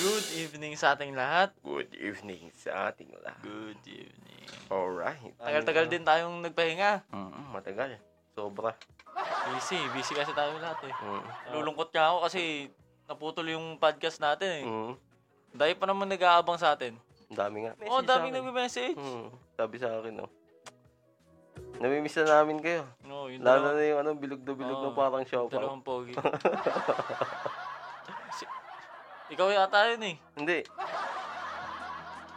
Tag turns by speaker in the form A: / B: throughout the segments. A: Good evening sa ating lahat.
B: Good evening sa ating lahat.
A: Good evening.
B: Alright.
A: Tagal-tagal din tayong nagpahinga.
B: Mm, matagal. Sobra.
A: Busy, busy kasi tayo lahat eh.
B: Mm.
A: Lulungkot nga ako kasi naputol yung podcast natin eh.
B: Mm.
A: Dahil pa naman nag-aabang sa atin.
B: Ang dami nga.
A: Oh,
B: Message sa
A: daming
B: akin.
A: nagme-message.
B: Mm. Sabi sa akin, no. Namimiss na namin kayo.
A: No, Oh, yun
B: Hmm. Lalo
A: dalawa-
B: na yung ano, bilog na bilog na
A: Oo.
B: parang siopaw.
A: dalawang pogi. si, ikaw yata yun eh.
B: Hindi.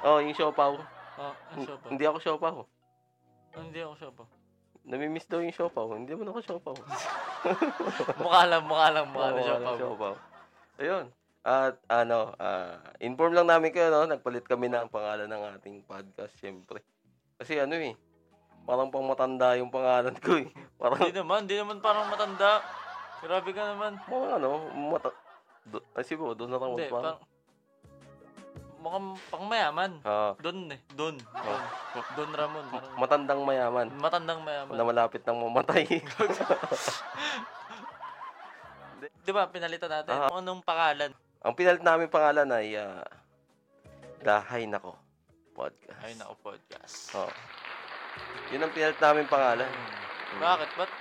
B: Oh, yung siopaw.
A: Oh, ano siya pa?
B: Hindi ako siopaw.
A: Ah, Hindi ako siya pa.
B: Namimiss daw yung siopaw. Hindi mo na ako siopaw.
A: Mukha lang, mukha lang, mukha
B: Oo,
A: lang siya
B: wala
A: pa.
B: ng siopaw. Ayun. At ano, ah, inform lang namin kayo, no? Nagpalit kami na ang pangalan ng ating podcast, syempre. Kasi ano eh, parang pang matanda yung pangalan ko eh. Parang,
A: Hindi naman, hindi naman parang matanda. Grabe ka naman.
B: parang ano, mata... Do, ay, si Bo, doon na
A: Hindi,
B: tawag parang.
A: parang... Mukhang pangmayaman.
B: Ah,
A: Don eh. Don. Don, Don Ramon. Parang
B: matandang mayaman
A: matandang
B: na
A: mayaman.
B: malapit ng mamatay.
A: Di ba, pinalitan natin.
B: Aha.
A: Kung anong pangalan.
B: ang pinalit namin pangalan ay ah, Dahay Nako Podcast.
A: Ay, nako, podcast.
B: Oo. Yun ang pinalit namin pangalan.
A: Hmm. Bakit? Ba't?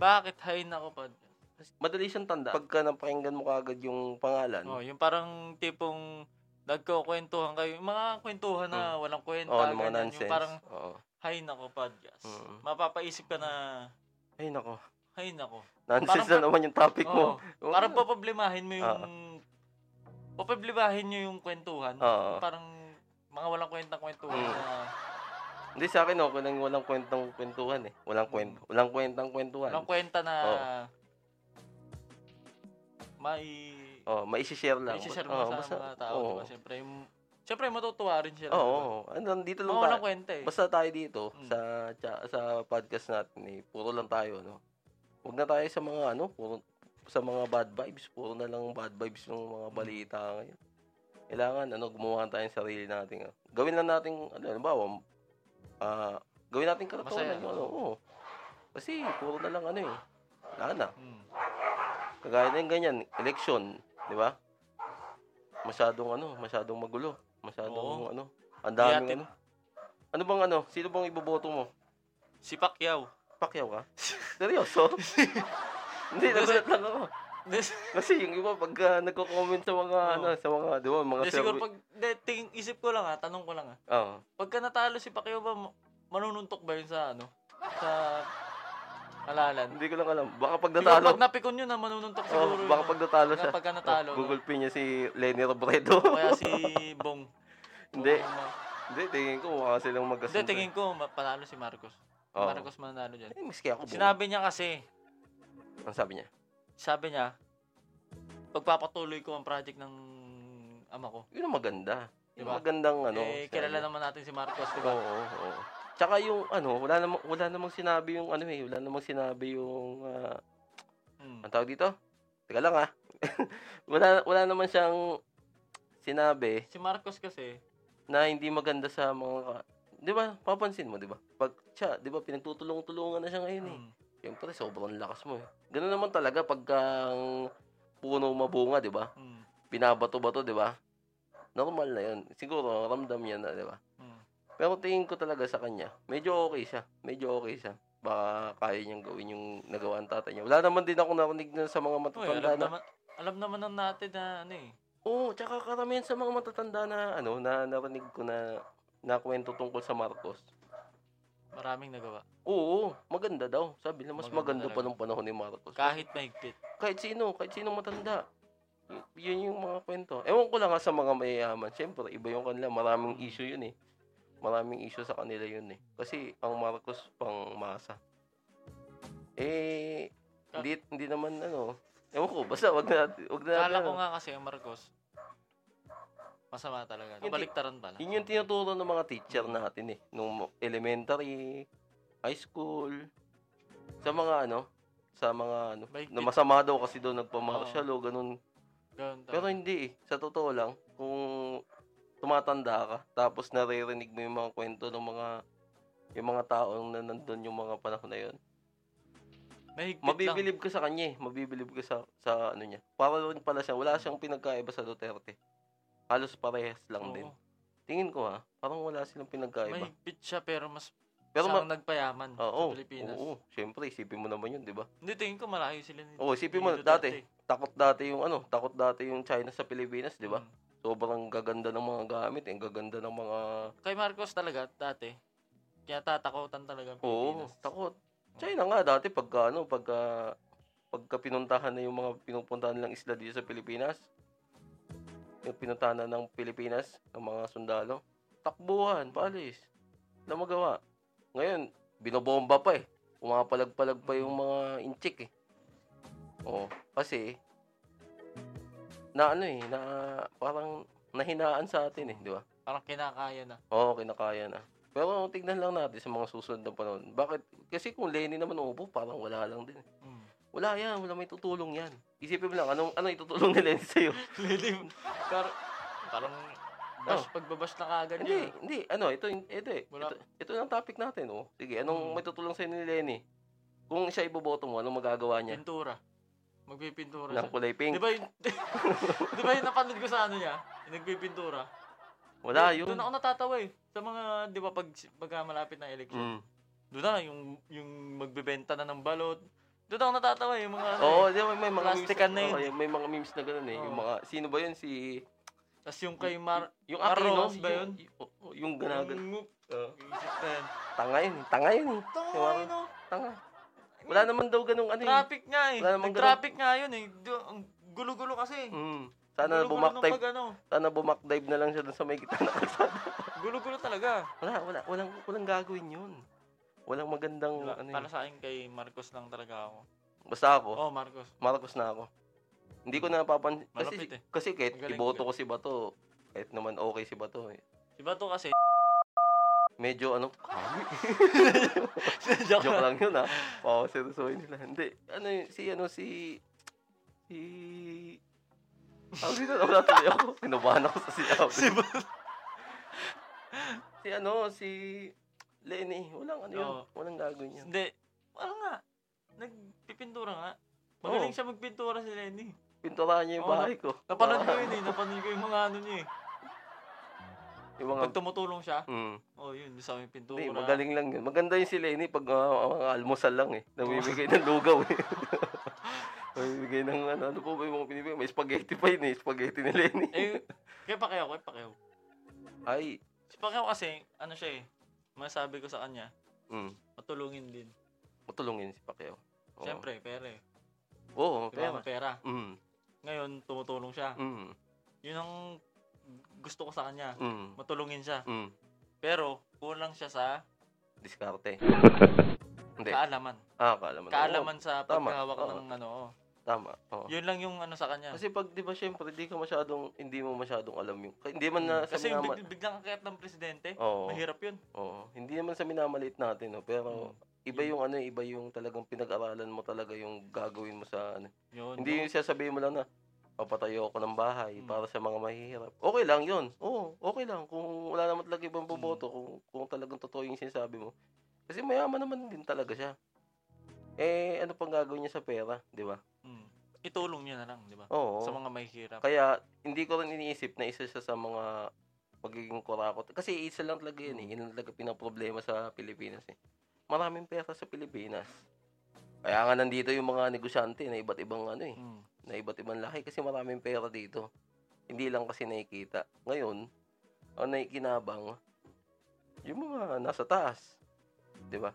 A: Bakit? Hay, nako, podcast.
B: Madali siyang tanda. Pagka napakinggan mo kaagad yung pangalan,
A: Oh, yung parang tipong nagkukwentuhan kayo. Yung mga kwentuhan na walang kwenta.
B: Hmm. Oo, ng mga
A: ganyan.
B: nonsense.
A: Yung parang,
B: Oo.
A: hay, nako, podcast.
B: Mm.
A: Mapapaisip ka na,
B: Ay, nako.
A: hay, nako.
B: Nonsense
A: Parang-
B: na naman yung topic mo.
A: Oo. Parang papablemahin mo yung...
B: Ah. Ah.
A: Papablemahin nyo yung kwentuhan.
B: Oo.
A: Parang mga walang kwentang kwentuhan
B: Mm.
A: na...
B: Hindi sa akin, okay lang yung walang kwentang kwentuhan eh. Walang kwento. Walang kwentang kwentuhan.
A: Hmm. Walang kwenta na...
B: Oo.
A: May...
B: Oh, maishishare lang.
A: May share mo
B: Oo,
A: sa
B: basta- oh.
A: mga tao,
B: oo.
A: diba? Siyempre, yung- siyempre matutuwa rin sila.
B: Oo, oo. Ano, dito
A: diba? Mga
B: lang tayo.
A: walang kwenta eh.
B: Basta tayo dito
A: Mm.
B: sa cha- sa podcast natin eh. Puro lang tayo, no. Huwag na tayo sa mga ano, puro sa mga bad vibes, puro na lang bad vibes ng mga
A: Hmm.
B: balita ngayon. Kailangan ano, gumawa tayo ng sarili natin. ah. Gawin lang natin ano, halimbawa, ah, gawin natin
A: Masaya,
B: katotohanan yung ano. oo. Kasi puro na lang ano eh. Wala na.
A: Mm.
B: Kagaya na yung ganyan, election, di ba? Masyadong ano, masyadong magulo. Masyadong
A: Oo.
B: ano, ang daming
A: Yatin.
B: ano. Ano bang ano, sino bang iboboto mo?
A: Si Pacquiao.
B: Pacquiao ka? Seryoso? Hindi,
A: Kasi-
B: nagulat lang ako.
A: Hindi,
B: Kasi yung iba, pag ah, nagko-comment sa mga,
A: Oo.
B: ano, sa mga, di ba, mga
A: hindi, siguro
B: survey.
A: pag... Hindi, tingin, isip ko lang ha, tanong ko lang ha.
B: Oo.
A: Pagka natalo si Pacquiao ba, ma- manununtok ba yun sa ano? Sa... Alalan.
B: hindi ko lang alam. Baka pag
A: Siguro
B: natalo,
A: pag napikon yun, na manununtok
B: oh,
A: siguro yun.
B: baka
A: ah.
B: pag natalo siya.
A: Kapag natalo.
B: Oh,
A: no?
B: Google Pay niya si Lenny Robredo.
A: O Kaya si Bong. Bong
B: Hindi.
A: Ma-
B: Hindi, tingin ko mukha silang
A: Hindi,
B: magkasunod.
A: tingin ko, ma- panalo si Marcos.
B: Oo.
A: Marcos mananalo dyan.
B: Eh, maski ako. Sinabi.
A: Sinabi niya kasi,
B: Ang sabi niya.
A: sabi niya, pagpapatuloy ko ang project ng ama ko.
B: Yun ang maganda. Yun ang
A: Diba?
B: magandang ano.
A: eh, kilala naman diba? natin si Marcos, di
B: Oo,
A: ba?
B: oo, oo. Tsaka yung ano, wala namang wala namang sinabi yung ano eh, wala namang sinabi yung ah,
A: Hmm.
B: ang tawag dito. Teka lang ah. wala wala naman siyang sinabi
A: Si Marcos kasi,
B: na hindi maganda sa mga ka- 'di ba? Papansin mo, 'di ba? Pag siya, 'di ba, pinagtutulong-tulungan na siya ngayon eh.
A: hmm,
B: Siyempre, sobrang lakas mo eh. Ganun naman talaga pag ang puno mabunga, 'di ba?
A: hmm,
B: Binabato-bato, 'di ba? Normal na 'yun. Siguro ramdam niya na, 'di ba?
A: hmm.
B: Pero tingin ko talaga sa kanya, medyo okay siya. Medyo okay siya. Baka kaya niyang gawin yung nagawa ng tatay niya. Wala naman din ako narinig na sa
A: Uy,
B: mga matatanda
A: eh, alam
B: na...
A: naman, alam naman na natin na ano eh.
B: Oo, tsaka karamihan sa mga matatanda na ano, na narinig ko na nakwento tungkol sa Marcos.
A: Maraming nagawa.
B: Oo, maganda daw. Sabi na mas
A: Maganda
B: maganda, pa
A: talaga.
B: nung panahon ni Marcos.
A: Kahit mahigpit.
B: kahit sino, kahit sino matanda. Y- yun yung mga kwento. Ewan ko lang ha, sa mga mayayaman. Siyempre, iba yung kanila. Maraming issue yun eh. Maraming issue sa kanila yun eh. Kasi ang Marcos pang masa. Eh, hindi, hindi naman ano. Ewan ko, basta wag na, wag na.
A: Kala
B: ano.
A: ko nga kasi ang Marcos, masama talaga.
B: Hindi.
A: Nabaliktaran pala.
B: Yun yung tinuturo ng mga teacher natin eh. Nung elementary, high school, sa mga ano, sa mga ano,
A: Baikit.
B: na masama daw kasi daw nagpa-martial o ganun.
A: Ganun talaga.
B: Pero hindi eh. Sa totoo lang, kung tumatanda ka, tapos naririnig mo yung mga kwento ng mga yung mga taong na nandun yung mga panahon na yun.
A: mahigpit lang.
B: Mabibilib ka sa kanya eh. Mabibilib ka sa, sa ano niya. Para rin pala siya. Wala siyang pinagkaiba sa Duterte. halos parehas lang
A: Oo.
B: din. Tingin ko ha, parang wala silang pinagkaiba.
A: Mahigpit siya pero mas
B: Pero ma-
A: sarang nagpayaman
B: Oo,
A: sa Pilipinas.
B: oo, syempre, isipin mo naman yun, di ba?
A: Hindi, tingin ko malayo sila ni
B: Oo, isipin mo,
A: ni
B: dati,
A: Duterte.
B: Takot dati yung ano, takot dati yung China sa Pilipinas, di ba?
A: Mm.
B: Sobrang gaganda ng mga gamit, ang gaganda ng mga...
A: Kay Marcos talaga, dati. Kaya tatakotan talaga ang
B: Oo,
A: Pilipinas.
B: takot. China nga dati pagka ano, pagka pagka pinuntahan na yung mga pinupuntahan nilang isla dito sa Pilipinas. Yung pinuntahan na ng Pilipinas ng mga sundalo. Takbuhan, paalis. Wala magawa. Ngayon, binobomba pa eh. Umapalag-palag pa yung mga inchik eh. Oo, kasi na ano eh, na parang nahinaan sa atin eh, di ba?
A: Parang kinakaya na.
B: Oo, kinakaya na. Pero tignan lang natin sa mga susunod na panahon. Bakit? Kasi kung Lenny naman upo, parang wala lang din.
A: Mm.
B: Wala yan, wala may tutulong yan. Isipin mo lang, anong, ano itutulong ni Lenny sa'yo?
A: Lilim. Kar parang bas, pagbabas na kagad
B: hindi,
A: niya.
B: hindi, Oh. ano, ito, yung- ito, eh.
A: Wala.
B: ito, ito lang topic natin, oh. Sige, anong
A: Hmm.
B: may tutulong sa'yo ni Lenny? Kung siya iboboto mo, anong magagawa niya?
A: Pintura. Magpipintura
B: Ng
A: siya.
B: kulay
A: Di
B: pink?
A: ba yun? di ba yun napanood ko sa ano niya? Yung Nagpipintura.
B: Wala
A: Doon-
B: yun.
A: Doon ako natatawa eh. Sa mga, di ba, pag, pagka malapit na election.
B: Mm.
A: Doon na, yung, yung magbebenta na ng balot. Doon ako natatawa eh, yung mga ano
B: Oo,
A: eh.
B: di ba, may mga
A: Plastikan na
B: memes.
A: yun.
B: oo, may mga memes na ganun eh. Yung
A: Oo.
B: mga, sino ba yun? Si,
A: Tapos eh. yung kay Mar...
B: yung
A: Ah,
B: Aquino?
A: Rojas ba yun? Hmm.
B: Yung, yung, yung ganagan.
A: Yung ngup.
B: Oo.
A: Yung isip na yan.
B: Tanga yun, eh. tanga yun eh.
A: Tama
B: Oh. Yung-
A: yun, oh.
B: Tanga. Wala naman daw ganung ano eh.
A: Traffic nga eh.
B: Wala namang
A: Nag-traffic nga yun eh. Do- Ang gulo-gulo kasi.
B: Mm. Sana
A: Gulo-gulo nung
B: bumakdive,
A: pag ano.
B: sana bumakdive na lang siya dun sa may kita na kalsada.
A: Gulo-gulo talaga.
B: Wala, wala, walang, walang gagawin yun. Walang magandang,
A: Wala,
B: ano
A: Para
B: yun.
A: sa akin kay Marcos lang talaga ako.
B: Basta ako,
A: Oh, Marcos.
B: Marcos na ako. Hindi ko napapansin. Kasi,
A: Malapit eh.
B: kasi kahit
A: Magaling
B: iboto
A: ka.
B: ko si Bato, kahit naman okay si Bato. eh.
A: Diba to kasi?
B: Medyo ano,
A: Joke
B: joke
A: lang.
B: lang yun ha. Oo, seryosohin nila. Hindi, ano yun, si ano, si, si, ang na wala tuloy ako. Kinabahan ako sa sinabi.
A: Si
B: si ano, si Lenny, walang ano yun,
A: Oo.
B: walang gagawin yun.
A: Hindi. Wala nga. Nagpipintura nga. Magaling siya magpintura si Lenny.
B: Pinturahan niya yung
A: Oo,
B: bahay ko.
A: Napanood ko
B: Ah,
A: yun eh. Napanood ko yung mga ano niya eh.
B: Yung mga,
A: Pag tumutulong siya,
B: mm,
A: oh yun, sa may pintura.
B: hindi, magaling lang yun. Maganda yun si Lenny pag ah, mga almusal lang eh. Namimigay ng lugaw eh. Namimigay ng ano, ano po ba yung mga pinibigay? May spaghetti pa yun eh, spaghetti ni Lenny.
A: Eh, kay Pacquiao, kay Pacquiao.
B: Ay,
A: Si Pacquiao kasi, ano siya eh, masabi ko sa kanya,
B: mm,
A: matulungin din.
B: matulungin si Pacquiao. Oo.
A: Siyempre, pera eh.
B: Oo,
A: Diba,
B: pera.
A: may pera.
B: Mm,
A: Ngayon, tumutulong siya.
B: mm,
A: Yun ang gusto ko sa kanya.
B: mm,
A: Matulungin siya.
B: mm.
A: Pero, kulang siya sa
B: Diskarte. Hindi.
A: kaalaman.
B: Ah, kaalaman.
A: Kaalaman sa
B: Tama.
A: paghawak
B: Oo.
A: ng ano. oh.
B: Oo, tama. Oo.
A: Yun lang yung ano sa kanya.
B: Kasi pag 'di ba syempre hindi ka masyadong hindi mo masyadong alam yung hindi man na
A: Hmm.
B: sa
A: Kasi yung
B: minama-
A: big, biglang kakayat ng presidente,
B: Oo.
A: mahirap yun.
B: Oo. Hindi naman sa minamalit natin no, pero
A: Hmm.
B: iba yung ano, iba yung talagang pinag-aralan mo talaga yung gagawin mo sa ano.
A: Hmm. Yun.
B: Hindi yung sasabihin mo lang na papatayo ako ng bahay
A: Mm.
B: para sa mga mahihirap. Okay lang 'yun. Oo, okay lang kung wala naman talaga
A: Hmm.
B: ibang boboto kung kung talagang totoo yung sinasabi mo. Kasi mayaman naman din talaga siya. Eh, ano pang gagawin niya sa pera, 'di ba?
A: Mm. Itulong niya na lang, di ba?
B: Oo.
A: Sa mga mahihirap.
B: Kaya hindi ko rin iniisip na isa siya sa mga magiging kurakot. Kasi isa lang talaga yun eh. Yun lang talaga pinaproblema sa Pilipinas eh. Maraming pera sa Pilipinas. Kaya nga nandito yung mga negosyante na iba't ibang ano eh,
A: Mm.
B: na iba't ibang lahi kasi maraming pera dito. Hindi lang kasi nakikita. Ngayon, ang naikinabang, yung mga nasa taas. 'Di ba?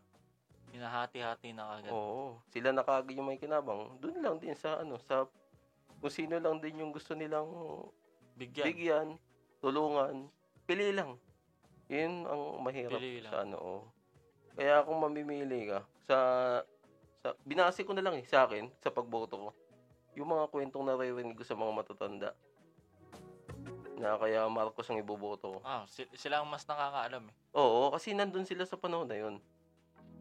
A: Hinahati-hati na kagad.
B: Oo. Sila na kagad yung may kinabang. Doon lang din sa ano, sa kung sino lang din yung gusto nilang
A: Bigyan.
B: bigyan, tulungan, pili lang. Yun ang mahirap
A: Pili lang.
B: sa ano. oo. Kaya kung mamimili ka, sa, sa binasi ko na lang eh, sa akin, sa pagboto ko, yung mga kwentong naririnig ko sa mga matatanda, na kaya Marcos ang iboboto ko.
A: Ah, si- sila ang mas nakakaalam eh.
B: Oo, kasi nandun sila sa panahon na yun.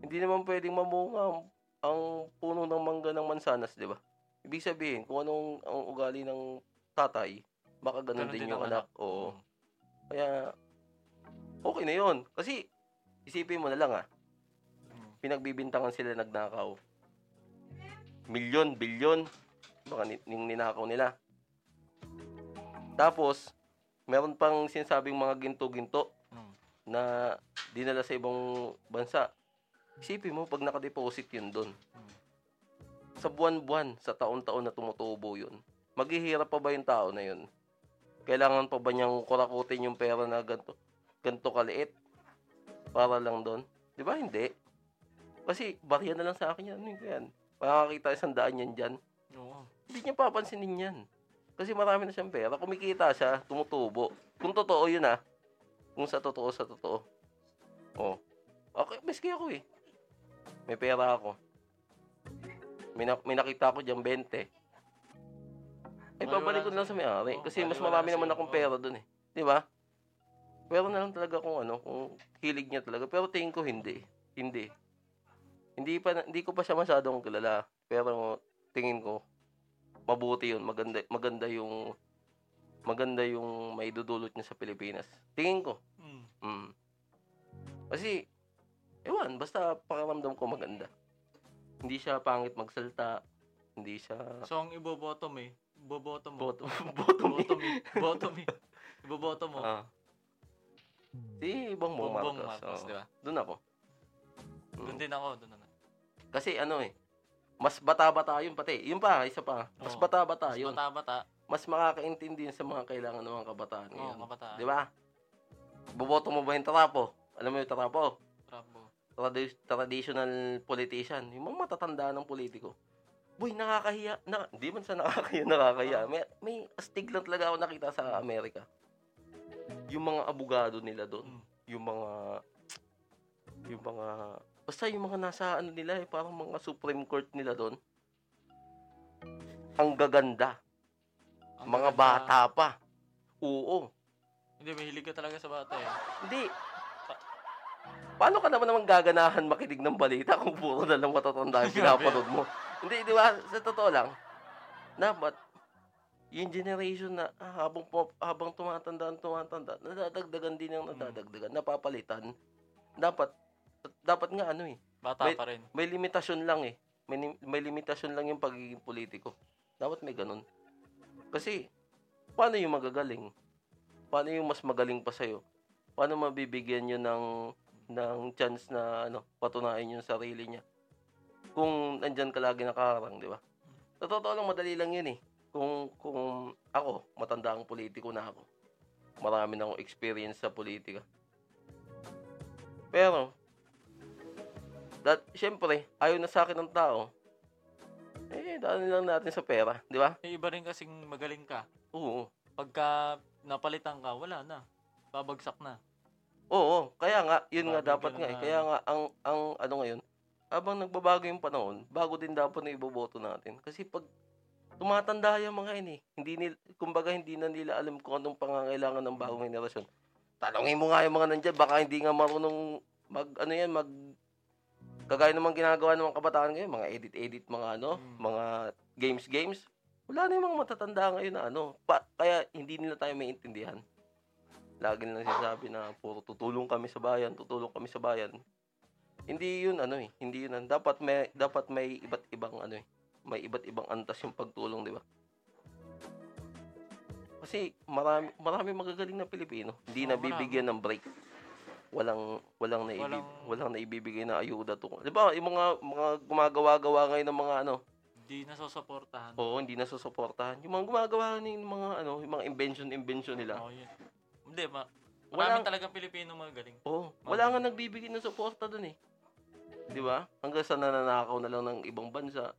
B: Hindi naman pwedeng mamunga ang- ang puno ng mangga ng mansanas, di ba? Ibig sabihin, kung anong ang ugali ng tatay, baka
A: Ganun
B: ganun, din,
A: din
B: yung
A: ang
B: anak. Oo. Kaya, okay na yun. Kasi, isipin mo na lang ah,
A: Mm.
B: pinagbibintangan sila nagnakaw. Milyon, bilyon, baka ni- yung ninakaw nila. Tapos, meron pang sinasabing mga ginto-ginto
A: Mm.
B: na dinala sa ibang bansa. Isipin mo, pag nakadeposit yun doon,
A: Mm.
B: sa buwan-buwan, sa taon-taon na tumutubo yun, maghihirap pa ba yung tao na yun? Kailangan pa ba niyang kurakutin yung pera na ganito, ganito kaliit para lang doon? Di ba? Hindi. Kasi barya na lang sa akin yan. Ano yan? Makakakita isang daan yan dyan.
A: Hmm. Oo.
B: Hindi niya papansinin yan. Kasi marami na siyang pera. Kumikita siya, tumutubo. Kung totoo yun ah. Kung sa totoo, sa totoo. Oh. Okay, miski ako eh. May pera ako. May, na- may nakita ako dyan 20. Ay,
A: Maliwala
B: babalik ko na lang
A: sa'yo.
B: sa may-ari.
A: Oo,
B: Kasi mas
A: maliwala
B: marami
A: sa'yo.
B: naman akong
A: Oo.
B: pera dun eh. Di ba? Pero na lang talaga kung ano, kung hilig niya talaga. Pero tingin ko hindi. Hindi. Hindi pa na- hindi ko pa siya masyadong kilala. Pero tingin ko mabuti 'yun. Maganda maganda yung maganda yung maidudulot niya sa Pilipinas. Tingin ko.
A: Mm.
B: Mm. Kasi, ewan, basta pakiramdam ko maganda. Hindi siya pangit magsalta. Hindi siya...
A: So, ang ibobotom eh. Ibobotom mo.
B: Bottom. Bottom.
A: Botom eh. Botom eh. Ibobotom mo.
B: Ah. Si Bongbong
A: Oh. Bongbong
B: Marcos.
A: Marcos,
B: oo.
A: di ba?
B: Doon ako. Mm.
A: Doon din ako. Doon na.
B: Kasi ano eh, mas bata-bata yun pati. Yun pa, isa pa. Mas
A: Oo.
B: bata-bata
A: Mas
B: Ah, yun.
A: bata-bata.
B: Mas makakaintindi yun sa mga kailangan ng mga kabataan
A: Oo,
B: ngayon.
A: kabataan.
B: Di ba? Boboto mo ba yung trapo? Alam mo yung trapo?
A: Bravo.
B: tradi- traditional politician, yung mga matatanda ng politiko. Boy, nakakahiya. Na, di man sa nakakahiya, nakakahiya. May, may astig lang talaga ako nakita sa Amerika. Yung mga abogado nila doon.
A: Mm.
B: Yung mga... Yung mga... Basta yung mga nasa ano nila eh, parang mga Supreme Court nila doon. Ang gaganda.
A: Ang
B: mga
A: ganda.
B: bata pa. Oo.
A: Hindi, mahilig ka talaga sa bata eh.
B: Hindi. Pa- Paano ka naman naman gaganahan makinig ng balita kung puro na lang matatanda yung
A: Grabe.
B: pinapanood mo? Hindi, di ba? Sa totoo lang, dapat yung generation na ah, habang pop, habang tumatanda, tumatanda, nadadagdagan din yung nadadagdagan, napapalitan. Dapat dapat nga ano eh,
A: Bata
B: May-
A: pa rin.
B: may limitasyon lang eh. May, ni- may limitasyon lang yung pagiging politiko. Dapat may ganun. Kasi, paano yung magagaling? Paano yung mas magaling pa sa'yo? Paano mabibigyan nyo ng, ng chance na ano, patunayan yung sarili niya? Kung nandyan ka lagi nakaharang, di ba? Sa totoo lang, madali lang yun eh. Kung, kung ako, matanda ang politiko na ako. Marami na akong experience sa politika. Pero, that, syempre, ayaw na sa akin ng tao, eh, daanin lang natin sa pera, di ba?
A: May iba rin kasing magaling ka.
B: Oo.
A: Pagka napalitan ka, wala na. Babagsak na.
B: Oo, kaya nga, yun nga
A: Bagay
B: dapat
A: ka
B: nga eh.
A: na-
B: Kaya nga, ang, ang ano ngayon, habang nagbabago yung panahon, bago din dapat na iboboto natin. Kasi pag tumatanda yung mga yun eh, hindi nila, kumbaga hindi na nila alam kung anong pangangailangan ng bagong henerasyon. Tanongin mo nga yung mga nandyan, baka hindi nga marunong mag, ano yan, mag, kagaya naman ginagawa ng mga kabataan ngayon, mga edit-edit, mga ano,
A: Mm.
B: mga games-games. Wala na yung mga matatanda ngayon na ano. Pa, kaya hindi nila tayo maintindihan. Lagi nilang sinasabi na puro tutulong kami sa bayan, tutulong kami sa bayan. Hindi yun ano eh, hindi yun. ano. Dapat may dapat may iba't ibang ano eh. May iba't ibang antas yung pagtulong, di ba? Kasi marami marami magagaling na Pilipino. Hindi
A: Oo,
B: nabibigyan ng break. Walang walang na walang,
A: Walang-
B: walang naibibigay na ayuda to. Di ba? Yung mga mga gumagawa-gawa ngayon ng mga ano,
A: Hindi nasusuportahan.
B: Oo, hindi na susuportahan. Yung mga gumagawa ng mga ano, yung mga invention invention nila.
A: Oo, yun. Hindi, ma
B: Wala
A: maraming talagang Pilipino magaling.
B: Oo, Oh, wala nga nagbibigay ng suporta doon eh. 'Di ba? Hanggang sa nananakaw na lang ng ibang bansa,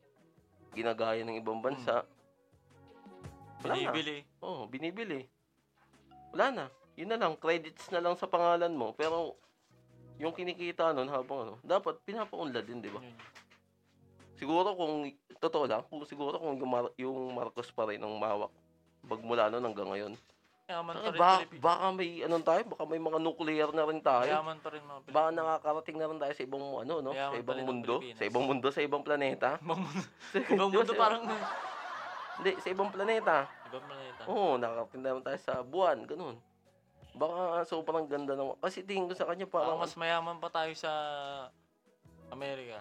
B: ginagaya ng ibang bansa. Wala na.
A: Binibili.
B: Oo, binibili. Wala na. Yun na lang, credits na lang sa pangalan mo. Pero yung kinikita nun habang ano, dapat pinapaunlad din, 'di ba?
A: Yun.
B: Siguro kung totoo lang, kung siguro kung yung, Mar- yung Marcos pa rin ang mawak pagmula noon hanggang ngayon.
A: Mayaman pa
B: Ay,
A: rin
B: ba,
A: Pilipino.
B: baka may anong tayo, baka may mga nuclear na rin tayo.
A: Mayaman pa rin mga Pilipino.
B: Baka nakakarating na rin tayo sa ibang ano no,
A: Mayaman
B: sa
A: pa
B: ibang
A: rin ang
B: mundo,
A: Pilipinas.
B: sa ibang mundo, sa ibang planeta.
A: Ibang mundo,
B: Di ba,
A: ibang mundo
B: sa-
A: parang...
B: hindi sa ibang planeta.
A: Ibang planeta.
B: Oo, nakakarating na rin tayo sa buwan, ganun. Baka sobrang ganda ng kasi tingin ko sa kanya
A: Parang
B: parang
A: mas mayaman pa tayo sa... Amerika.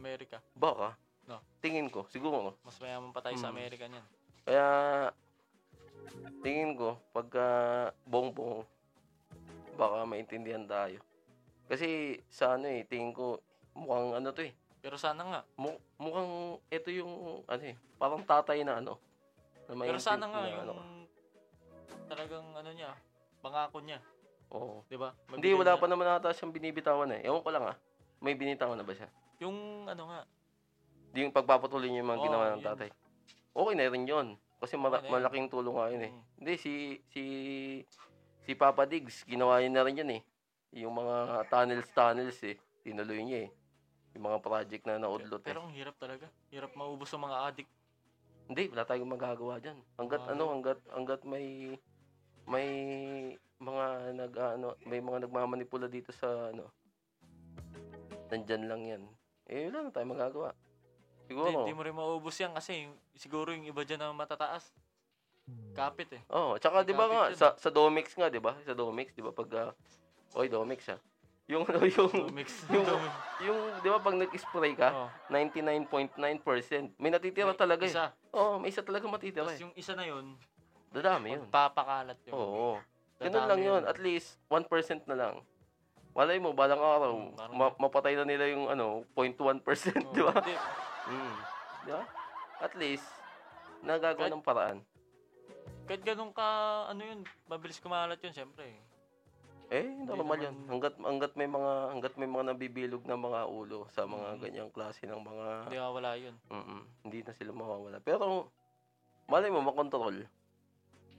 A: Amerika.
B: baka.
A: No.
B: Tingin ko siguro. Hmm.
A: Mas mayaman pa tayo sa
B: Mm.
A: Amerika niyan.
B: Kaya Tingin ko, pagka bongbong, baka maintindihan tayo. Kasi sa ano eh, tingin ko, mukhang ano to eh,
A: Pero sana nga.
B: mu- mukhang ito yung ano eh, parang tatay na ano. Na
A: Pero
B: maintin-
A: sana nga
B: na
A: yung
B: ano.
A: talagang ano niya, pangako niya,
B: Oo.
A: 'di ba?
B: Hindi,
A: Magbigay
B: wala
A: niya.
B: pa naman ata siyang binibitawan eh. Ewan ko lang ah. May binitawan na ba siya?
A: Yung ano nga,
B: Di yung pagpapatuloy niya yung mga
A: Oo,
B: ginawa ng
A: yun.
B: tatay. Okay na rin yun. Kasi mara-
A: Okay na yun.
B: malaking tulong nga yun eh.
A: Mm.
B: Hindi, si, si, si Papa Diggs, ginawa niya na rin yun eh. Yung mga tunnels-tunnels eh. Tinuloy niya eh. Yung mga project na naudlot eh.
A: pero ang hirap talaga. Hirap maubos sa mga addict.
B: Hindi, wala tayong magagawa dyan. Hanggat
A: Mga
B: ano, hanggat, hanggat may, may mga nag, ano, may mga nagmamanipula dito sa ano. Nandyan lang yan. Eh, wala na tayong magagawa.
A: Hindi,
B: Siguro.
A: hindi mo rin maubos yan kasi yung- siguro yung iba dyan na matataas. Kapit eh.
B: Oh, tsaka 'di ba nga
A: Magkapit yun.
B: sa sa Domix nga 'di ba? Sa Domix 'di ba pag uh, oy Domix ah. Yung ano yung
A: So, mix.
B: yung-
A: So,
B: yung 'di ba pag nag-spray
A: oh,
B: ka, 99.9%. May natitira
A: may
B: talaga eh.
A: Isa.
B: Oo, may isa talaga matitira
A: Tapos
B: eh.
A: yung isa na yun,
B: Dadami yun.
A: magpapakalat yun.
B: Oo. Ganun
A: Dadami
B: lang yun. At least 1% na lang. Malay mo, balang araw,
A: Mm, parang-
B: ma- mapatay na nila yung ano, 0.1%,
A: Oo,
B: di ba?
A: hindi.
B: Mm. Di ba? At least, nagagawa
A: Kahit-
B: ng paraan.
A: Kahit ganun ka, ano yun, mabilis kumalat yun, syempre.
B: Eh, normal yun.
A: naman-
B: Hanggat, hanggat may mga hanggat may mga nabibilog na mga ulo sa mga
A: Mm.
B: ganyang klase ng mga
A: Hindi mawala yun.
B: Mm-mm. hindi na sila mawawala. Pero malay mo makontrol.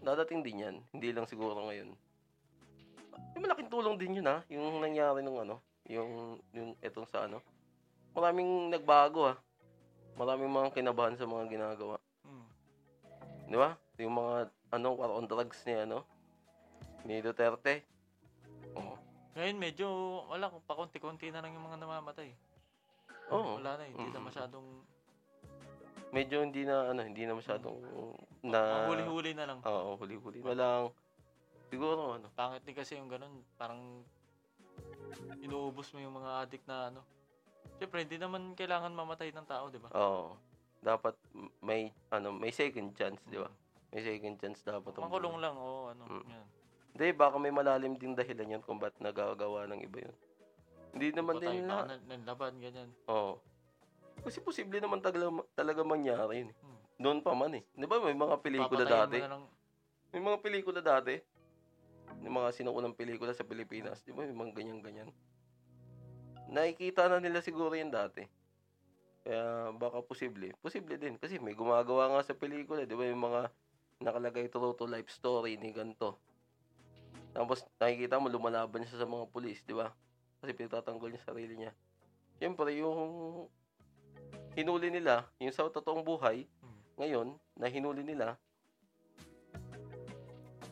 B: Dadating din 'yan. Hindi lang siguro ngayon. Yung malaking tulong din 'yun ha, yung nangyari nung ano, yung yung etong sa ano. Maraming nagbago ha. Maraming mga kinabahan sa mga ginagawa,
A: Mm.
B: di ba? Yung mga ano, war on drugs ni ano ni Duterte. Oo.
A: Ngayon medyo, wala, kung pakunti-kunti na lang yung mga namamatay.
B: Oo.
A: Wala na, hindi na
B: Mm.
A: masyadong,
B: medyo hindi na ano, hindi na masyadong
A: ang
B: na
A: huli-huli na lang.
B: Oo, huli-huli na lang. Siguro ano.
A: Pangit din kasi yung ganun, parang inuubos mo yung mga addict na ano. Syempre, hindi naman kailangan mamatay ng tao, di ba?
B: Oo. Dapat m- may ano, may second chance, 'di ba? May second chance dapat. ang
A: Makulong lang, oo, ano, yan.
B: Mm. buhay. Hindi baka may malalim ding dahilan 'yan kung bakit nagagawa ng iba 'yun. Hindi naman
A: Patay
B: din
A: pa,
B: na.
A: nan- nanlaban, ganyan.
B: Oo. Kasi posible naman talaga, talaga mangyari 'yun. eh.
A: Hmm.
B: Doon pa man eh. 'Di ba may mga pelikula
A: Papatayin mo
B: dati?
A: na lang.
B: May mga pelikula dati. Yung mga sinukulang pelikula sa Pilipinas. Di ba? May mga ganyan-ganyan. Nakikita na nila siguro yun dati. Kaya baka posible. Posible din. Kasi may gumagawa nga sa pelikula. Di ba? Yung mga nakalagay true to life story ni ganito. Tapos nakikita mo lumalaban siya sa mga pulis. Di ba? Kasi pinatatanggol niya sarili niya. Siyempre yung hinuli nila, yung sa totoong buhay,
A: Hmm.
B: ngayon, na hinuli nila,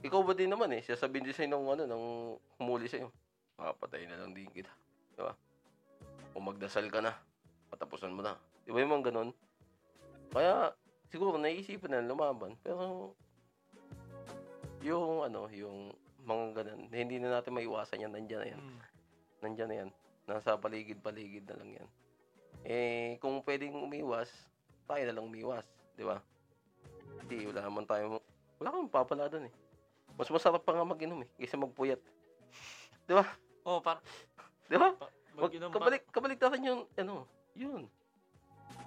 B: ikaw ba din naman eh, sasabihin din sa'yo ng ano, ng humuli sa'yo. Papatay na lang din kita. Di ba? O magdasal ka na. Patapusan mo na. Di ba yung mga ganun? Kaya, siguro naisipan na lumaban. Pero, yung ano, yung mga ganun, hindi na natin maiwasan yan. Nandyan na yan.
A: Mm.
B: Nandyan na yan. Nasa paligid-paligid na lang yan. Eh, kung pwedeng umiwas, tayo na lang umiwas. Di ba? Hindi, wala naman tayo. Wala kang papala doon eh. Mas masarap pa nga mag-inom eh, kaysa magpuyat.
A: Oo, par-
B: Di ba?
A: pa-
B: Wag,
A: mag-inom pa.
B: kabalik, kabalik yung, ano, yun.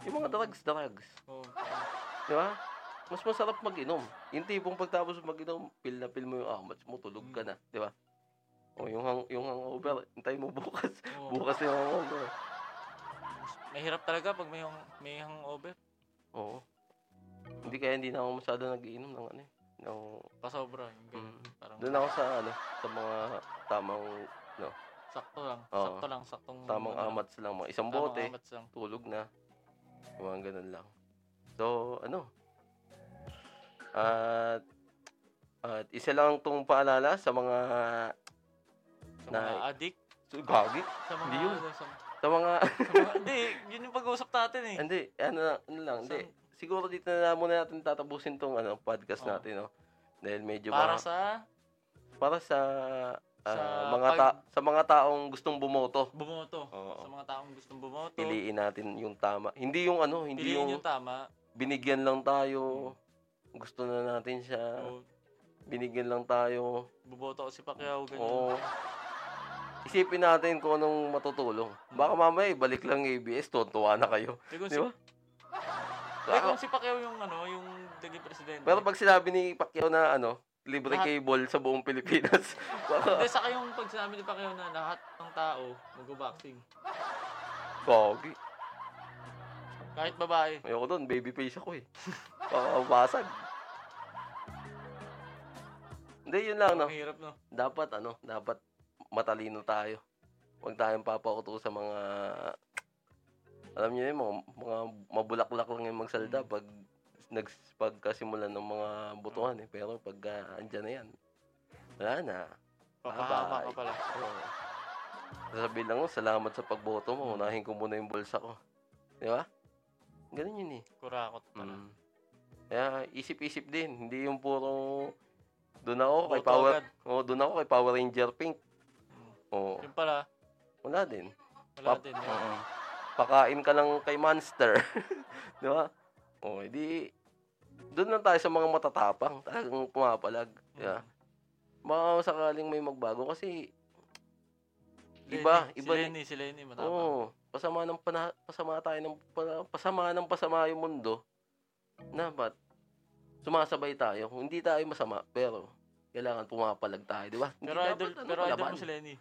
B: Yung mga drugs, drugs.
A: Oo.
B: Di ba? Mas masarap mag-inom. Yung tipong pagtapos mag-inom, pil na pil mo yung amat mo, tulog ka na. Di ba? O yung, hang, yung hangover, hintay mo bukas.
A: Oo.
B: Bukas na yung hangover.
A: Mahirap talaga pag may, hang- may hangover.
B: Oo. Hindi kaya hindi na ako masyado nagiinom ng ano eh. Ng,
A: Pasobra. Yung ganun.
B: Mm.
A: Parang
B: doon ako sa ano, sa mga tamang
A: sakto lang.
B: Oo.
A: Sakto lang. Saktong,
B: tamang
A: ano,
B: amats lang, mga isang
A: tamang
B: bote,
A: amats lang.
B: tulog na. Yung Mga ganun lang. So, ano? At at isa lang tong paalala sa mga
A: Sa
B: Na-
A: mga addict.
B: so, gagi,
A: Sa mga...
B: Hindi yun.
A: ano, sa-
B: sa mga
A: sa mga- Hindi, yun yung pag-uusap natin eh.
B: hindi ano, na- ano lang, hindi. Siguro dito na muna natin tatapusin tong ano podcast
A: Oo.
B: natin, no. Dahil medyo
A: Para
B: baka-
A: sa
B: para sa ah,
A: Sa
B: mga
A: pag-
B: ta- sa mga taong gustong bumoto.
A: bumoto. Sa mga taong gustong bumoto.
B: Piliin natin yung tama. Hindi yung ano, hindi
A: piliin
B: yung,
A: yung tama. Mm.
B: Ah. binigyan lang tayo. Gusto na natin siya.
A: O,
B: Binigyan lang tayo.
A: Buboto ko si Pacquiao, Eh, ganyan.
B: Oo. Isipin natin kung anong matutulong. Baka mamaya ibalik lang ABS, tuwa na kayo.
A: Eh, kung,
B: Di ba?
A: si, eh, kung si Pacquiao yung ano, yung naging presidente.
B: Pero pag sinabi ni Pacquiao na ano, libre
A: Lahat.
B: cable sa buong Pilipinas.
A: Hindi, saka yung pag sinabi ni Pacquiao na lahat ng tao mag-boxing.
B: Gogi.
A: Kahit babae.
B: Ayoko doon, baby face ako eh. Pakakabasag. Hindi, yun lang, no?
A: Ang hirap, no?
B: Dapat, ano, dapat matalino tayo. Huwag tayong papakuto sa mga... Alam niyo yun, mga, mga mabulaklak lang yung magsalda pag nag pagkasimula ng mga butuhan eh. Pero pag ah, andyan na yan, wala na.
A: Papahama ka pala.
B: Oo. Sasabihin lang, oh, salamat sa pagboto mo. Unahin ko muna yung bulsa ko. Di ba? Ganun yun eh.
A: Kurakot pala.
B: Mm. Kaya isip-isip din, hindi yung puro doon ako kay
A: Boto
B: Power,
A: agad.
B: oh, doon ako kay Power Ranger Pink. Oh,
A: Yung pala,
B: wala din.
A: wala
B: Pap-
A: din. eh.
B: Oo. Pakain ka lang kay Monster. 'Di ba? Oh, hindi doon lang tayo sa mga matatapang, talagang pumapalag.
A: Mm.
B: Yeah. Baka sakaling may magbago kasi Iba,
A: Lenny,
B: iba
A: Si
B: ni-
A: Lenny, si Lenny, matapang.
B: Oo. Pasama ng pana, pasama tayo ng pana- pasama ng pasama yung mundo. Dapat sumasabay tayo. Kung Hindi tayo masama, pero kailangan pumapalag tayo, di ba? Hindi
A: Pero
B: dapat,
A: idol,
B: ano,
A: pero idol
B: palaban.
A: mo si Lenny.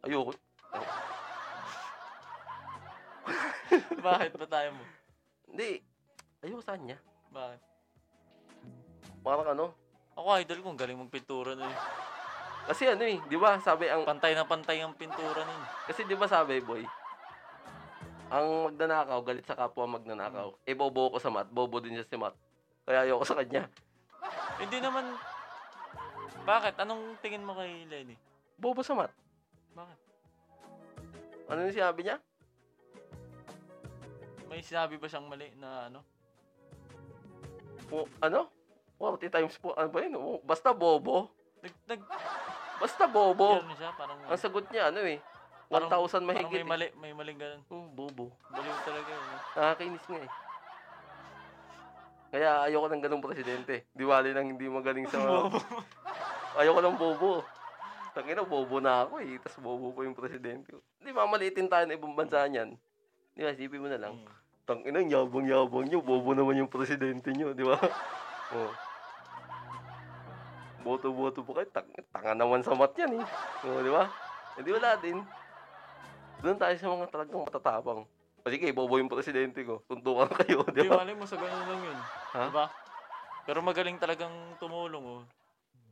B: Ayoko.
A: Bakit ba tayo mo?
B: Hindi. Ayoko sa kanya.
A: Bakit?
B: Parang ano?
A: Ako idol kung galing magpintura na yun.
B: Kasi ano eh, di ba? Sabi ang
A: Pantay na pantay ang pintura nun.
B: kasi di ba sabi, boy? Ang magnanakaw, galit sa kapwa magnanakaw.
A: Mm.
B: Eh, bobo ko sa mat. Bobo din siya si mat. Kaya ayoko sa kanya.
A: Hindi naman... Bakit? Anong tingin mo kay Lenny?
B: Bobo sa mat.
A: Bakit?
B: Ano yung sinabi niya?
A: May sinabi ba siyang mali na ano?
B: Po, ano? 40 times po. Ano ba yun? Oh, Basta bobo.
A: Nag, nag,
B: Basta bobo.
A: ano siya, parang,
B: Ang sagot niya, ano eh.
A: Parang-
B: 1,000
A: parang may
B: mahigit. eh.
A: mali, Oh, may maling ganun.
B: Hmm, bobo.
A: Baliw talaga yun. eh.
B: Nakakainis nga eh. Kaya ayoko ng ganung presidente. Diwali nang hindi magaling sa...
A: Bobo.
B: ayoko ng bobo. Tangina, bobo na ako eh. Tapos bobo pa yung presidente ko. Hindi, mamalitin tayo ng ibang bansa niyan. Di ba, isipin mo na lang.
A: Hmm.
B: Tangina, yabang-yabang nyo. Bobo naman yung presidente nyo, di ba? Oh. Boto-boto po kayo. Tang- tanga naman sa mat yan eh. Oh, di ba? Hindi wala din. Doon tayo sa mga talagang matatapang. O sige, bobo yung presidente ko. Tuntukan kayo, di
A: Di
B: ba?
A: malay mo sa ganun lang yun.
B: Ha?
A: Diba? Pero magaling talagang tumulong oh.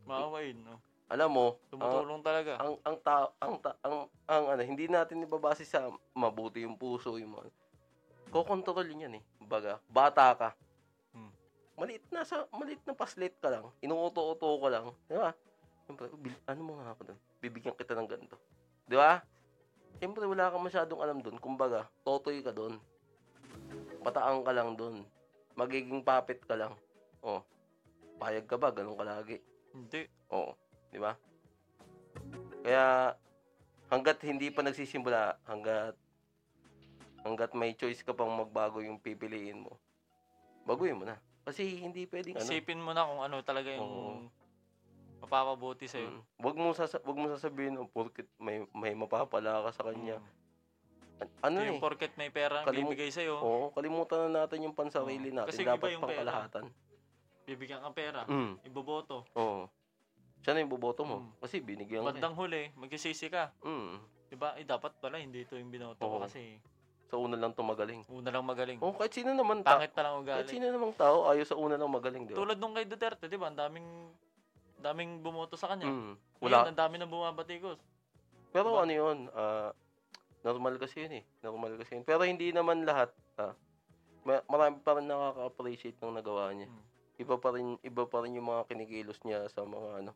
A: Maawain no.
B: Alam mo, ang
A: Tumutulong talaga.
B: ang ang, ta- ang, ta- ang, ang ano, hindi natin ibabase sa mabuti yung puso yung mga. Kokontrol yun yan eh. Baga, bata ka.
A: Hmm.
B: Maliit na sa maliit na paslit ka lang. Inuuto-uto ko lang, di ba? Siyempre, "Oh, Bill, ano mo nga ako doon? Bibigyan kita ng ganito. Di ba? Siyempre, wala kang masyadong alam doon. Kumbaga, totoy ka doon. Bataan ka lang doon. Magiging puppet ka lang. Oh. Payag ka ba? Ganun ka lagi.
A: Hindi.
B: Oo, di ba? Kaya hangga't hindi pa nagsisimula, hangga't hangga't may choice ka pang magbago yung pipiliin mo. Baguhin mo na. Kasi hindi pwedeng ano.
A: Isipin mo na kung ano talaga yung
B: Oo.
A: mapapabuti sa
B: Mm. Wag mo sasa wag mo sasabihin oh, porket may may mapapala ka sa kanya. An- Ano
A: yung
B: eh? Oh.
A: porket may pera ang
B: Kalimu-
A: bibigay sa iyo,
B: Oo, kalimutan na natin yung pansarili
A: Oo.
B: natin.
A: Mm. Kasi iba
B: Dapat
A: yung
B: pang
A: pera.
B: kalahatan.
A: bibigyan ka pera,
B: Mm.
A: iboboto.
B: Oo. Siya na yung boboto mo.
A: Mm.
B: Kasi binigyan ka. eh.
A: Bandang huli, magsisisi ka.
B: Mm.
A: 'Di ba? Eh dapat pala hindi ito yung binoto ko
B: Oo.
A: kasi
B: Sa una lang tumagaling.
A: una lang magaling.
B: Oo, kahit sino naman ta.
A: Pangit pala ang
B: Kahit
A: ugali.
B: sino namang tao, ayaw sa una lang magaling, di ba?
A: Tulad nung kay Duterte, 'di ba? Ang daming daming bumoto sa kanya. Wala.
B: Mm. Wala.
A: Ngayon, ang dami nang bumabatikos.
B: Pero
A: Diba?
B: ano yun, ah, normal kasi yun eh. Normal kasi yun. Pero hindi naman lahat. ah. Ma- marami pa rin nakaka-appreciate ng nagawa niya.
A: Mm.
B: Iba pa rin, iba pa rin yung mga kinikilos niya sa mga ano.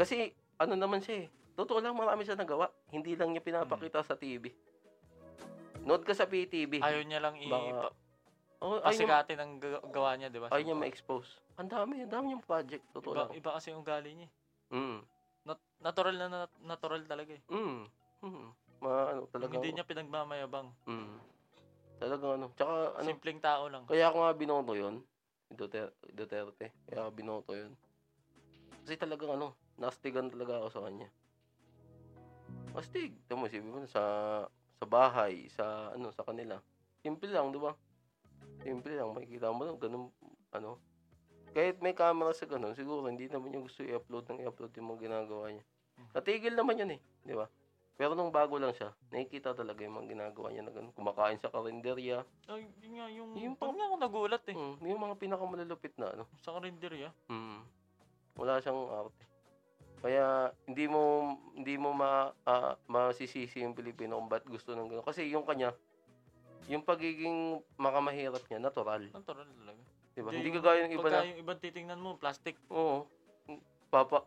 B: Kasi ano naman siya eh. Totoo lang marami siya nagawa. Hindi lang niya pinapakita sa TV. Nood ka sa PTV.
A: Hmm. Ayaw niya lang i
B: Eh, Baka- oh, ayaw, niya,
A: pasikatin ang ga- gawa niya, di ba?
B: ayaw niya ma-expose. Ang dami, ang dami niyang project. Totoo
A: iba,
B: lang.
A: iba kasi yung ugali niya. eh.
B: Mm.
A: Nat- natural na nat- natural talaga eh.
B: Mm. Mm. Mga ano,
A: Yung
B: talagang...
A: Hindi niya pinagmamayabang.
B: Mm. Talagang ano. Tsaka ano,
A: Simpleng tao lang.
B: Kaya ako nga binoto yun. Duterte. Duterte. Kaya ako binoto yun. Kasi talagang ano, nastigan talaga ako sa kanya. Mastig. Tama, sabi mo, sa, sa bahay, sa ano, sa kanila. Simple lang, di ba? Simple lang, makikita mo lang, ganun, ano. Kahit may camera sa ganun, siguro hindi naman yung gusto i-upload ng i-upload yung mga ginagawa niya. Natigil naman yun eh, di ba? Pero nung bago lang siya, nakikita talaga yung mga ginagawa niya na ganun. Kumakain sa karinderya.
A: Ay, yun nga, yung...
B: Yung
A: Yung pang... nga ako nagulat eh.
B: Mm, yung mga pinakamalulupit na ano.
A: Sa karinderya.
B: Mm. Wala siyang arte. Kaya hindi mo hindi mo ma ah, masisisi yung Pilipino kung ba't gusto ng gano'n. Kasi yung kanya, yung pagiging makamahirap niya, natural.
A: Natural talaga.
B: Di ba? Diba? Hindi kagaya ng iba na,
A: Pagka Diba, yung ibang titingnan mo, plastic.
B: oo, papa,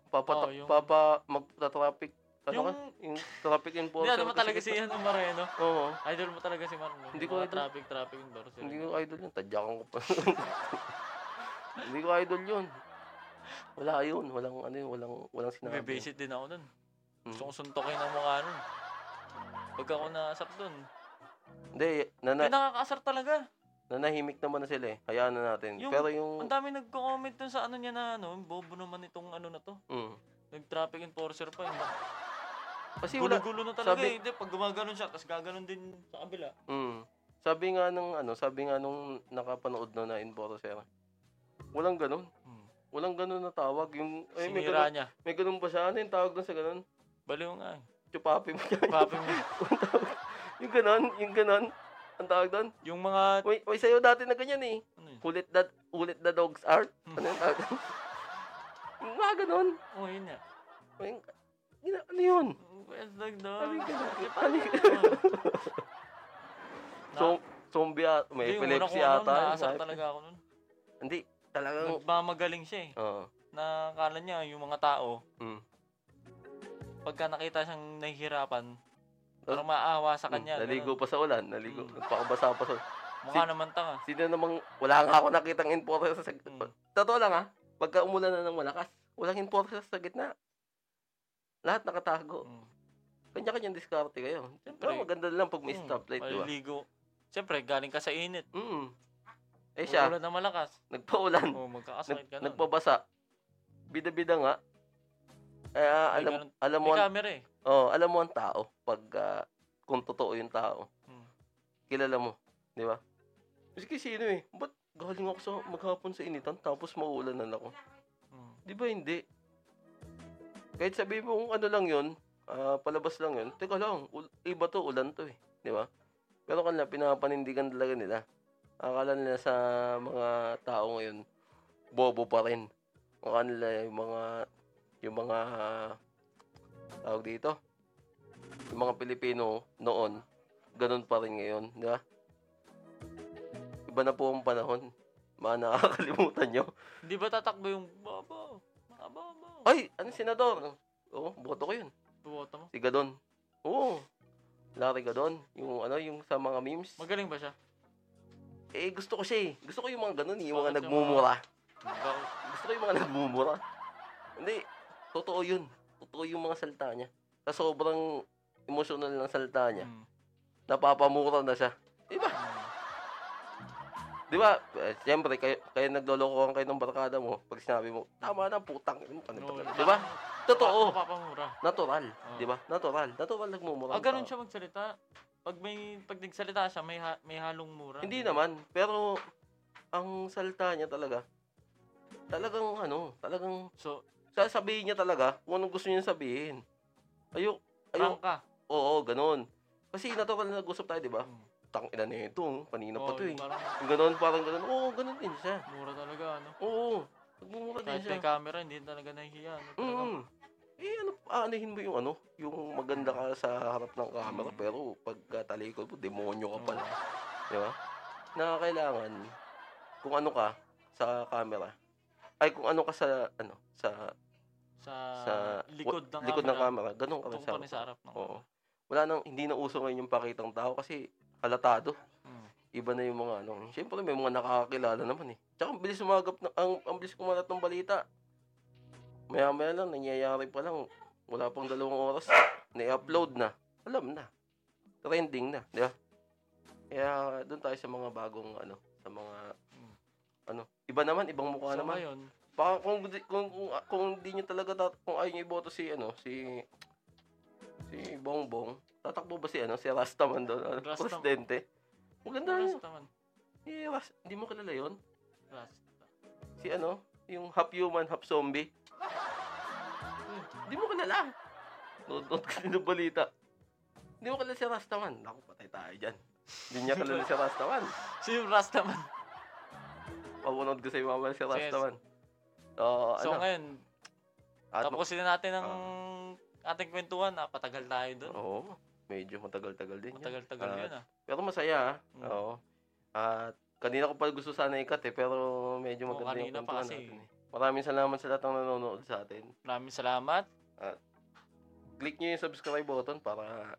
A: Oo,
B: papa,
A: yung-
B: papa, magta-traffic, ano
A: Yung...
B: ka? Yung traffic
A: Hindi,
B: enforcer.
A: ano mo
B: kasi
A: talaga si
B: kita-
A: ano, Moreno.
B: Oo.
A: Idol mo talaga si Marno.
B: Hindi ko
A: Mga
B: idol.
A: Traffic, traffic endorser.
B: Hindi ko idol yun. Tadyakan ko pa. hindi ko idol yun. Wala yun. Walang ano yun. Walang, walang sinabi.
A: May visit din ako nun.
B: Mm.
A: Gusto kong suntokin ang mukha nun. Pag ako nasap dun.
B: Hindi, nana,
A: Ay, nakakaasar talaga.
B: nanahimik naman na sila eh. Hayaan na natin.
A: Yung-
B: Pero yung...
A: Ang dami nagko-comment dun sa ano niya na ano. Ang bobo naman itong ano na to.
B: Mm.
A: Nag-traffic enforcer pa. Yung
B: Kasi wala...
A: gulo-gulo na talaga eh.
B: sabi-
A: Hindi, pag gumaganon siya, tapos gaganon din sa kabila.
B: Mm. Sabi nga nung ano, sabi nga nung nakapanood na na in Borussia. Walang ganun.
A: Hmm.
B: Walang ganun na tawag. Yung, ay, may
A: Sinira
B: ganun,
A: niya.
B: may ganun pa siya. Ano yung tawag dun sa ganun?
A: Baliw nga eh.
B: Chupapi mo yan.
A: Papi mo.
B: yung ganun, yung ganun. Ang tawag doon?
A: Yung mga...
B: May, may sayo dati na ganyan eh.
A: Ano yun?
B: Kulit that, ulit the dog's art. Ano yung tawag doon? Yung mga ganun.
A: Oh, yun nga.
B: Yung, gina- ano yun?
A: It's like the...
B: Ano yung ganun?
A: Eh,
B: Ano
A: paano
B: yung-
A: yun?
B: So, zombie at
A: Hindi,
B: may
A: yung una
B: epilepsy
A: kong alam,
B: ata. yun,
A: Naasar
B: sabi.
A: talaga ako nun.
B: Hindi, talagang...
A: Nagmamagaling siya eh.
B: Oo.
A: Na akala niya yung mga tao,
B: Mm.
A: pagka nakita siyang nahihirapan, parang
B: Tapos-
A: maaawa sa kanya.
B: Mm, Naligo
A: ganun.
B: pa sa ulan, naligo.
A: Mm.
B: Nagpakabasa pa sa...
A: Mukha naman ah. tanga.
B: Sino namang... Wala nga ako nakitang enforcer sa...
A: Mm.
B: Mm. Totoo lang ha, pagka umulan na ng malakas, walang enforcer sa gitna. Lahat nakatago.
A: Mm.
B: Kanya-kanyang diskarte kayo.
A: Siyempre.
B: Pero maganda lang pag may
A: Mm,
B: stoplight, di ba?
A: Maliligo. Siyempre, galing ka sa init.
B: Mm. Eh siya, Hmm.
A: Ulan na malakas.
B: nagpaulan,
A: Oh, magkakasakit ka nun.
B: nagpabasa. Bida-bida nga. Eh, ah,
A: May
B: alam,
A: ganun-
B: alam mo,
A: May
B: ang-
A: camera eh.
B: oh, alam mo ang tao pag ah, kung totoo yung tao.
A: Mm.
B: kilala mo, di ba? Kasi sino eh, ba't galing ako sa maghapon sa initan tapos mauulan na ako?
A: Mm.
B: Di ba hindi? Kahit sabi mo kung ano lang yun, ah, palabas lang yun, teka lang, ul- iba to, ulan to eh, di ba? Pero kanila, pinapanindigan talaga nila. Akala nila sa mga tao ngayon, bobo pa rin. Akala nila yung mga, yung mga, ah, tawag dito, yung mga Pilipino noon, ganun pa rin ngayon, di ba? Iba na po ang panahon. Mga nakakalimutan nyo.
A: Di ba tatakbo yung baba? Baba, baba.
B: Ay, ano senador? Oo, boto ko yun.
A: Buwata mo.
B: Si Gadon. Oo. Larry Gadon. Yung ano, yung sa mga memes.
A: Magaling ba siya?
B: eh, gusto ko siya eh. Gusto ko yung mga ganun eh. Yung mga
A: Bakit yung
B: nagmumura.
A: Bakit?
B: Gusto ko yung mga nagmumura. Hindi. Totoo yun. Totoo yung mga salta niya. Sa sobrang emotional ng salta niya,
A: Mm.
B: napapamura na siya. Diba? Di ba? Eh, Siyempre, kayo, kayo naglolokohan kayo ng barkada mo. Pag sinabi mo, tama na, putang. ina mo, ano
A: No,
B: pa- Di ba? Totoo.
A: hmm. Mapapamura.
B: Natural.
A: Oo.
B: Di ba? Natural. Natural nagmumura.
A: Ah,
B: ang
A: ganun
B: tao.
A: siya magsalita. Pag may pag nagsalita siya, may ha- may halong mura.
B: Hindi naman, pero ang salta niya talaga, talagang ano, talagang
A: So,
B: sasabihin niya talaga kung anong gusto niya sabihin. Ayok,
A: prank
B: ayok,
A: ka.
B: oo, ganun. Kasi natural na nag-usap tayo, di ba?
A: Mm.
B: Tang ina nito, oh, kanina pa
A: Oo,
B: Ah, to eh.
A: yung Parang
B: Yung ganun, parang ganun. Oo, ganun din siya.
A: mura talaga, ano.
B: Oo, nagmumura din
A: Kahit
B: siya.
A: may camera, hindi talaga nahihiya. Ano,
B: Mm,
A: talagang-
B: mm. Eh, ano, aanihin mo yung ano, yung maganda ka sa harap ng camera, pero pagka talikod mo, demonyo ka
A: Oo.
B: pala. Di ba? Na kailangan, kung ano ka sa camera, ay kung ano ka sa, ano, sa,
A: Sa,
B: sa
A: likod ng
B: likod ng
A: camera.
B: camera, ganun ka rin sa
A: Tungkol sa harap ng
B: Oo. Wala nang, hindi na uso ngayon yung pakitang tao kasi halatado.
A: Mm.
B: Iba na yung mga ano. Siyempre may mga nakakakilala naman eh. Tsaka ang bilis sumagap, na, ang, ang bilis kumalat ng balita. Maya-maya lang, nangyayari pa lang. Wala pang dalawang oras. Na-upload na. Alam na. Trending na. Di ba? Kaya doon tayo sa mga bagong ano. Sa mga
A: Mm.
B: ano. Iba naman, ibang mukha
A: So,
B: naman.
A: ngayon,
B: Baka kung di- kung kung, kung hindi niyo talaga tat, kung ayaw niyo iboto si ano, si si Bongbong, tatakbo ba si ano, si Rastaman doon, ano,
A: Rasta-
B: presidente? Maganda yun.
A: Rasta man.
B: Eh, Ras- hindi mo kilala yun?
A: Rasta.
B: Si ano, yung half human, half zombie. Hindi mo kilala. Nunod ka din ng balita. Hindi mo kilala si Rastaman. Naku, patay tayo dyan. Hindi niya kilala si Rastaman.
A: Sino yung Rasta man?
B: Papunod ko sa'yo mamaya si Rastaman. So,
A: So
B: ano?
A: ngayon,
B: at-
A: tapusin na natin ang ating kwentuhan. Ah, patagal tayo doon.
B: Oo. Medyo matagal-tagal din. yun.
A: Matagal-tagal
B: Ah,
A: yun ah.
B: Pero masaya. ah.
A: Mm.
B: Oo. At kanina ko pa gusto sana ikat eh, pero medyo
A: Oo,
B: maganda yung
A: kanina pa
B: kwentuhan
A: kasi.
B: natin eh. Maraming salamat sa lahat ng nanonood sa atin.
A: Maraming salamat.
B: Click nyo yung subscribe button para...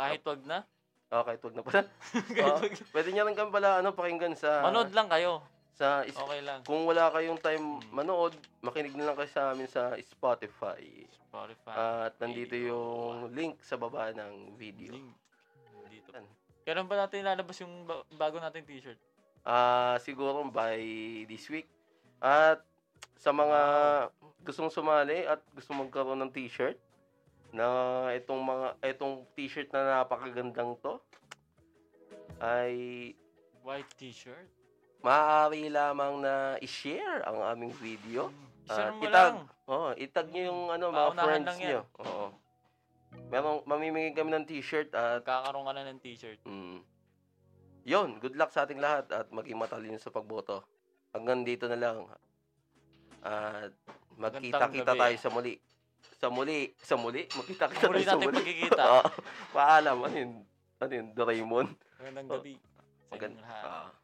A: Kahit wag na.
B: Oh, kahit wag na pala.
A: Kahit
B: Oo.
A: wag na.
B: Pwede nyo rin kami pala ano, pakinggan sa...
A: Manood lang kayo.
B: Sa is-
A: Okay lang.
B: Kung wala kayong time
A: Mm.
B: manood, makinig na lang kayo sa amin sa Spotify.
A: Spotify.
B: At nandito
A: Video.
B: yung link sa baba ng video.
A: Link. Dito.
B: Yan.
A: Kailan ba natin ilalabas yung ba- bago nating t-shirt?
B: Ah, siguro by this week. At sa mga gustong sumali at gusto magkaroon ng t-shirt na itong mga itong t-shirt na napakagandang to ay
A: White t-shirt?
B: maaari lamang na i-share ang aming video.
A: Hmm.
B: Ah,
A: Isa mo
B: kitag.
A: lang.
B: Oh, itag niyo yung ano mga
A: Paunahan
B: friends
A: lang yan.
B: niyo. Oo. Merong mamimigay kami ng t-shirt at
A: Kakaroon ka na ng t-shirt.
B: Mm. Yun, good luck sa ating lahat at maging matalino sa pagboto. Hanggang dito na lang. At magkita-kita
A: Magandang gabi. ah.
B: tayo sa muli. Sa muli, sa muli, magkita-kita
A: Muli
B: tayo sa
A: natin
B: muli.
A: magkikita.
B: Oo. Paalam, ano yun? Ano yun, Doraemon?
A: Magandang gabi. Sa
B: Maganda.
A: inyong lahat.
B: Ah.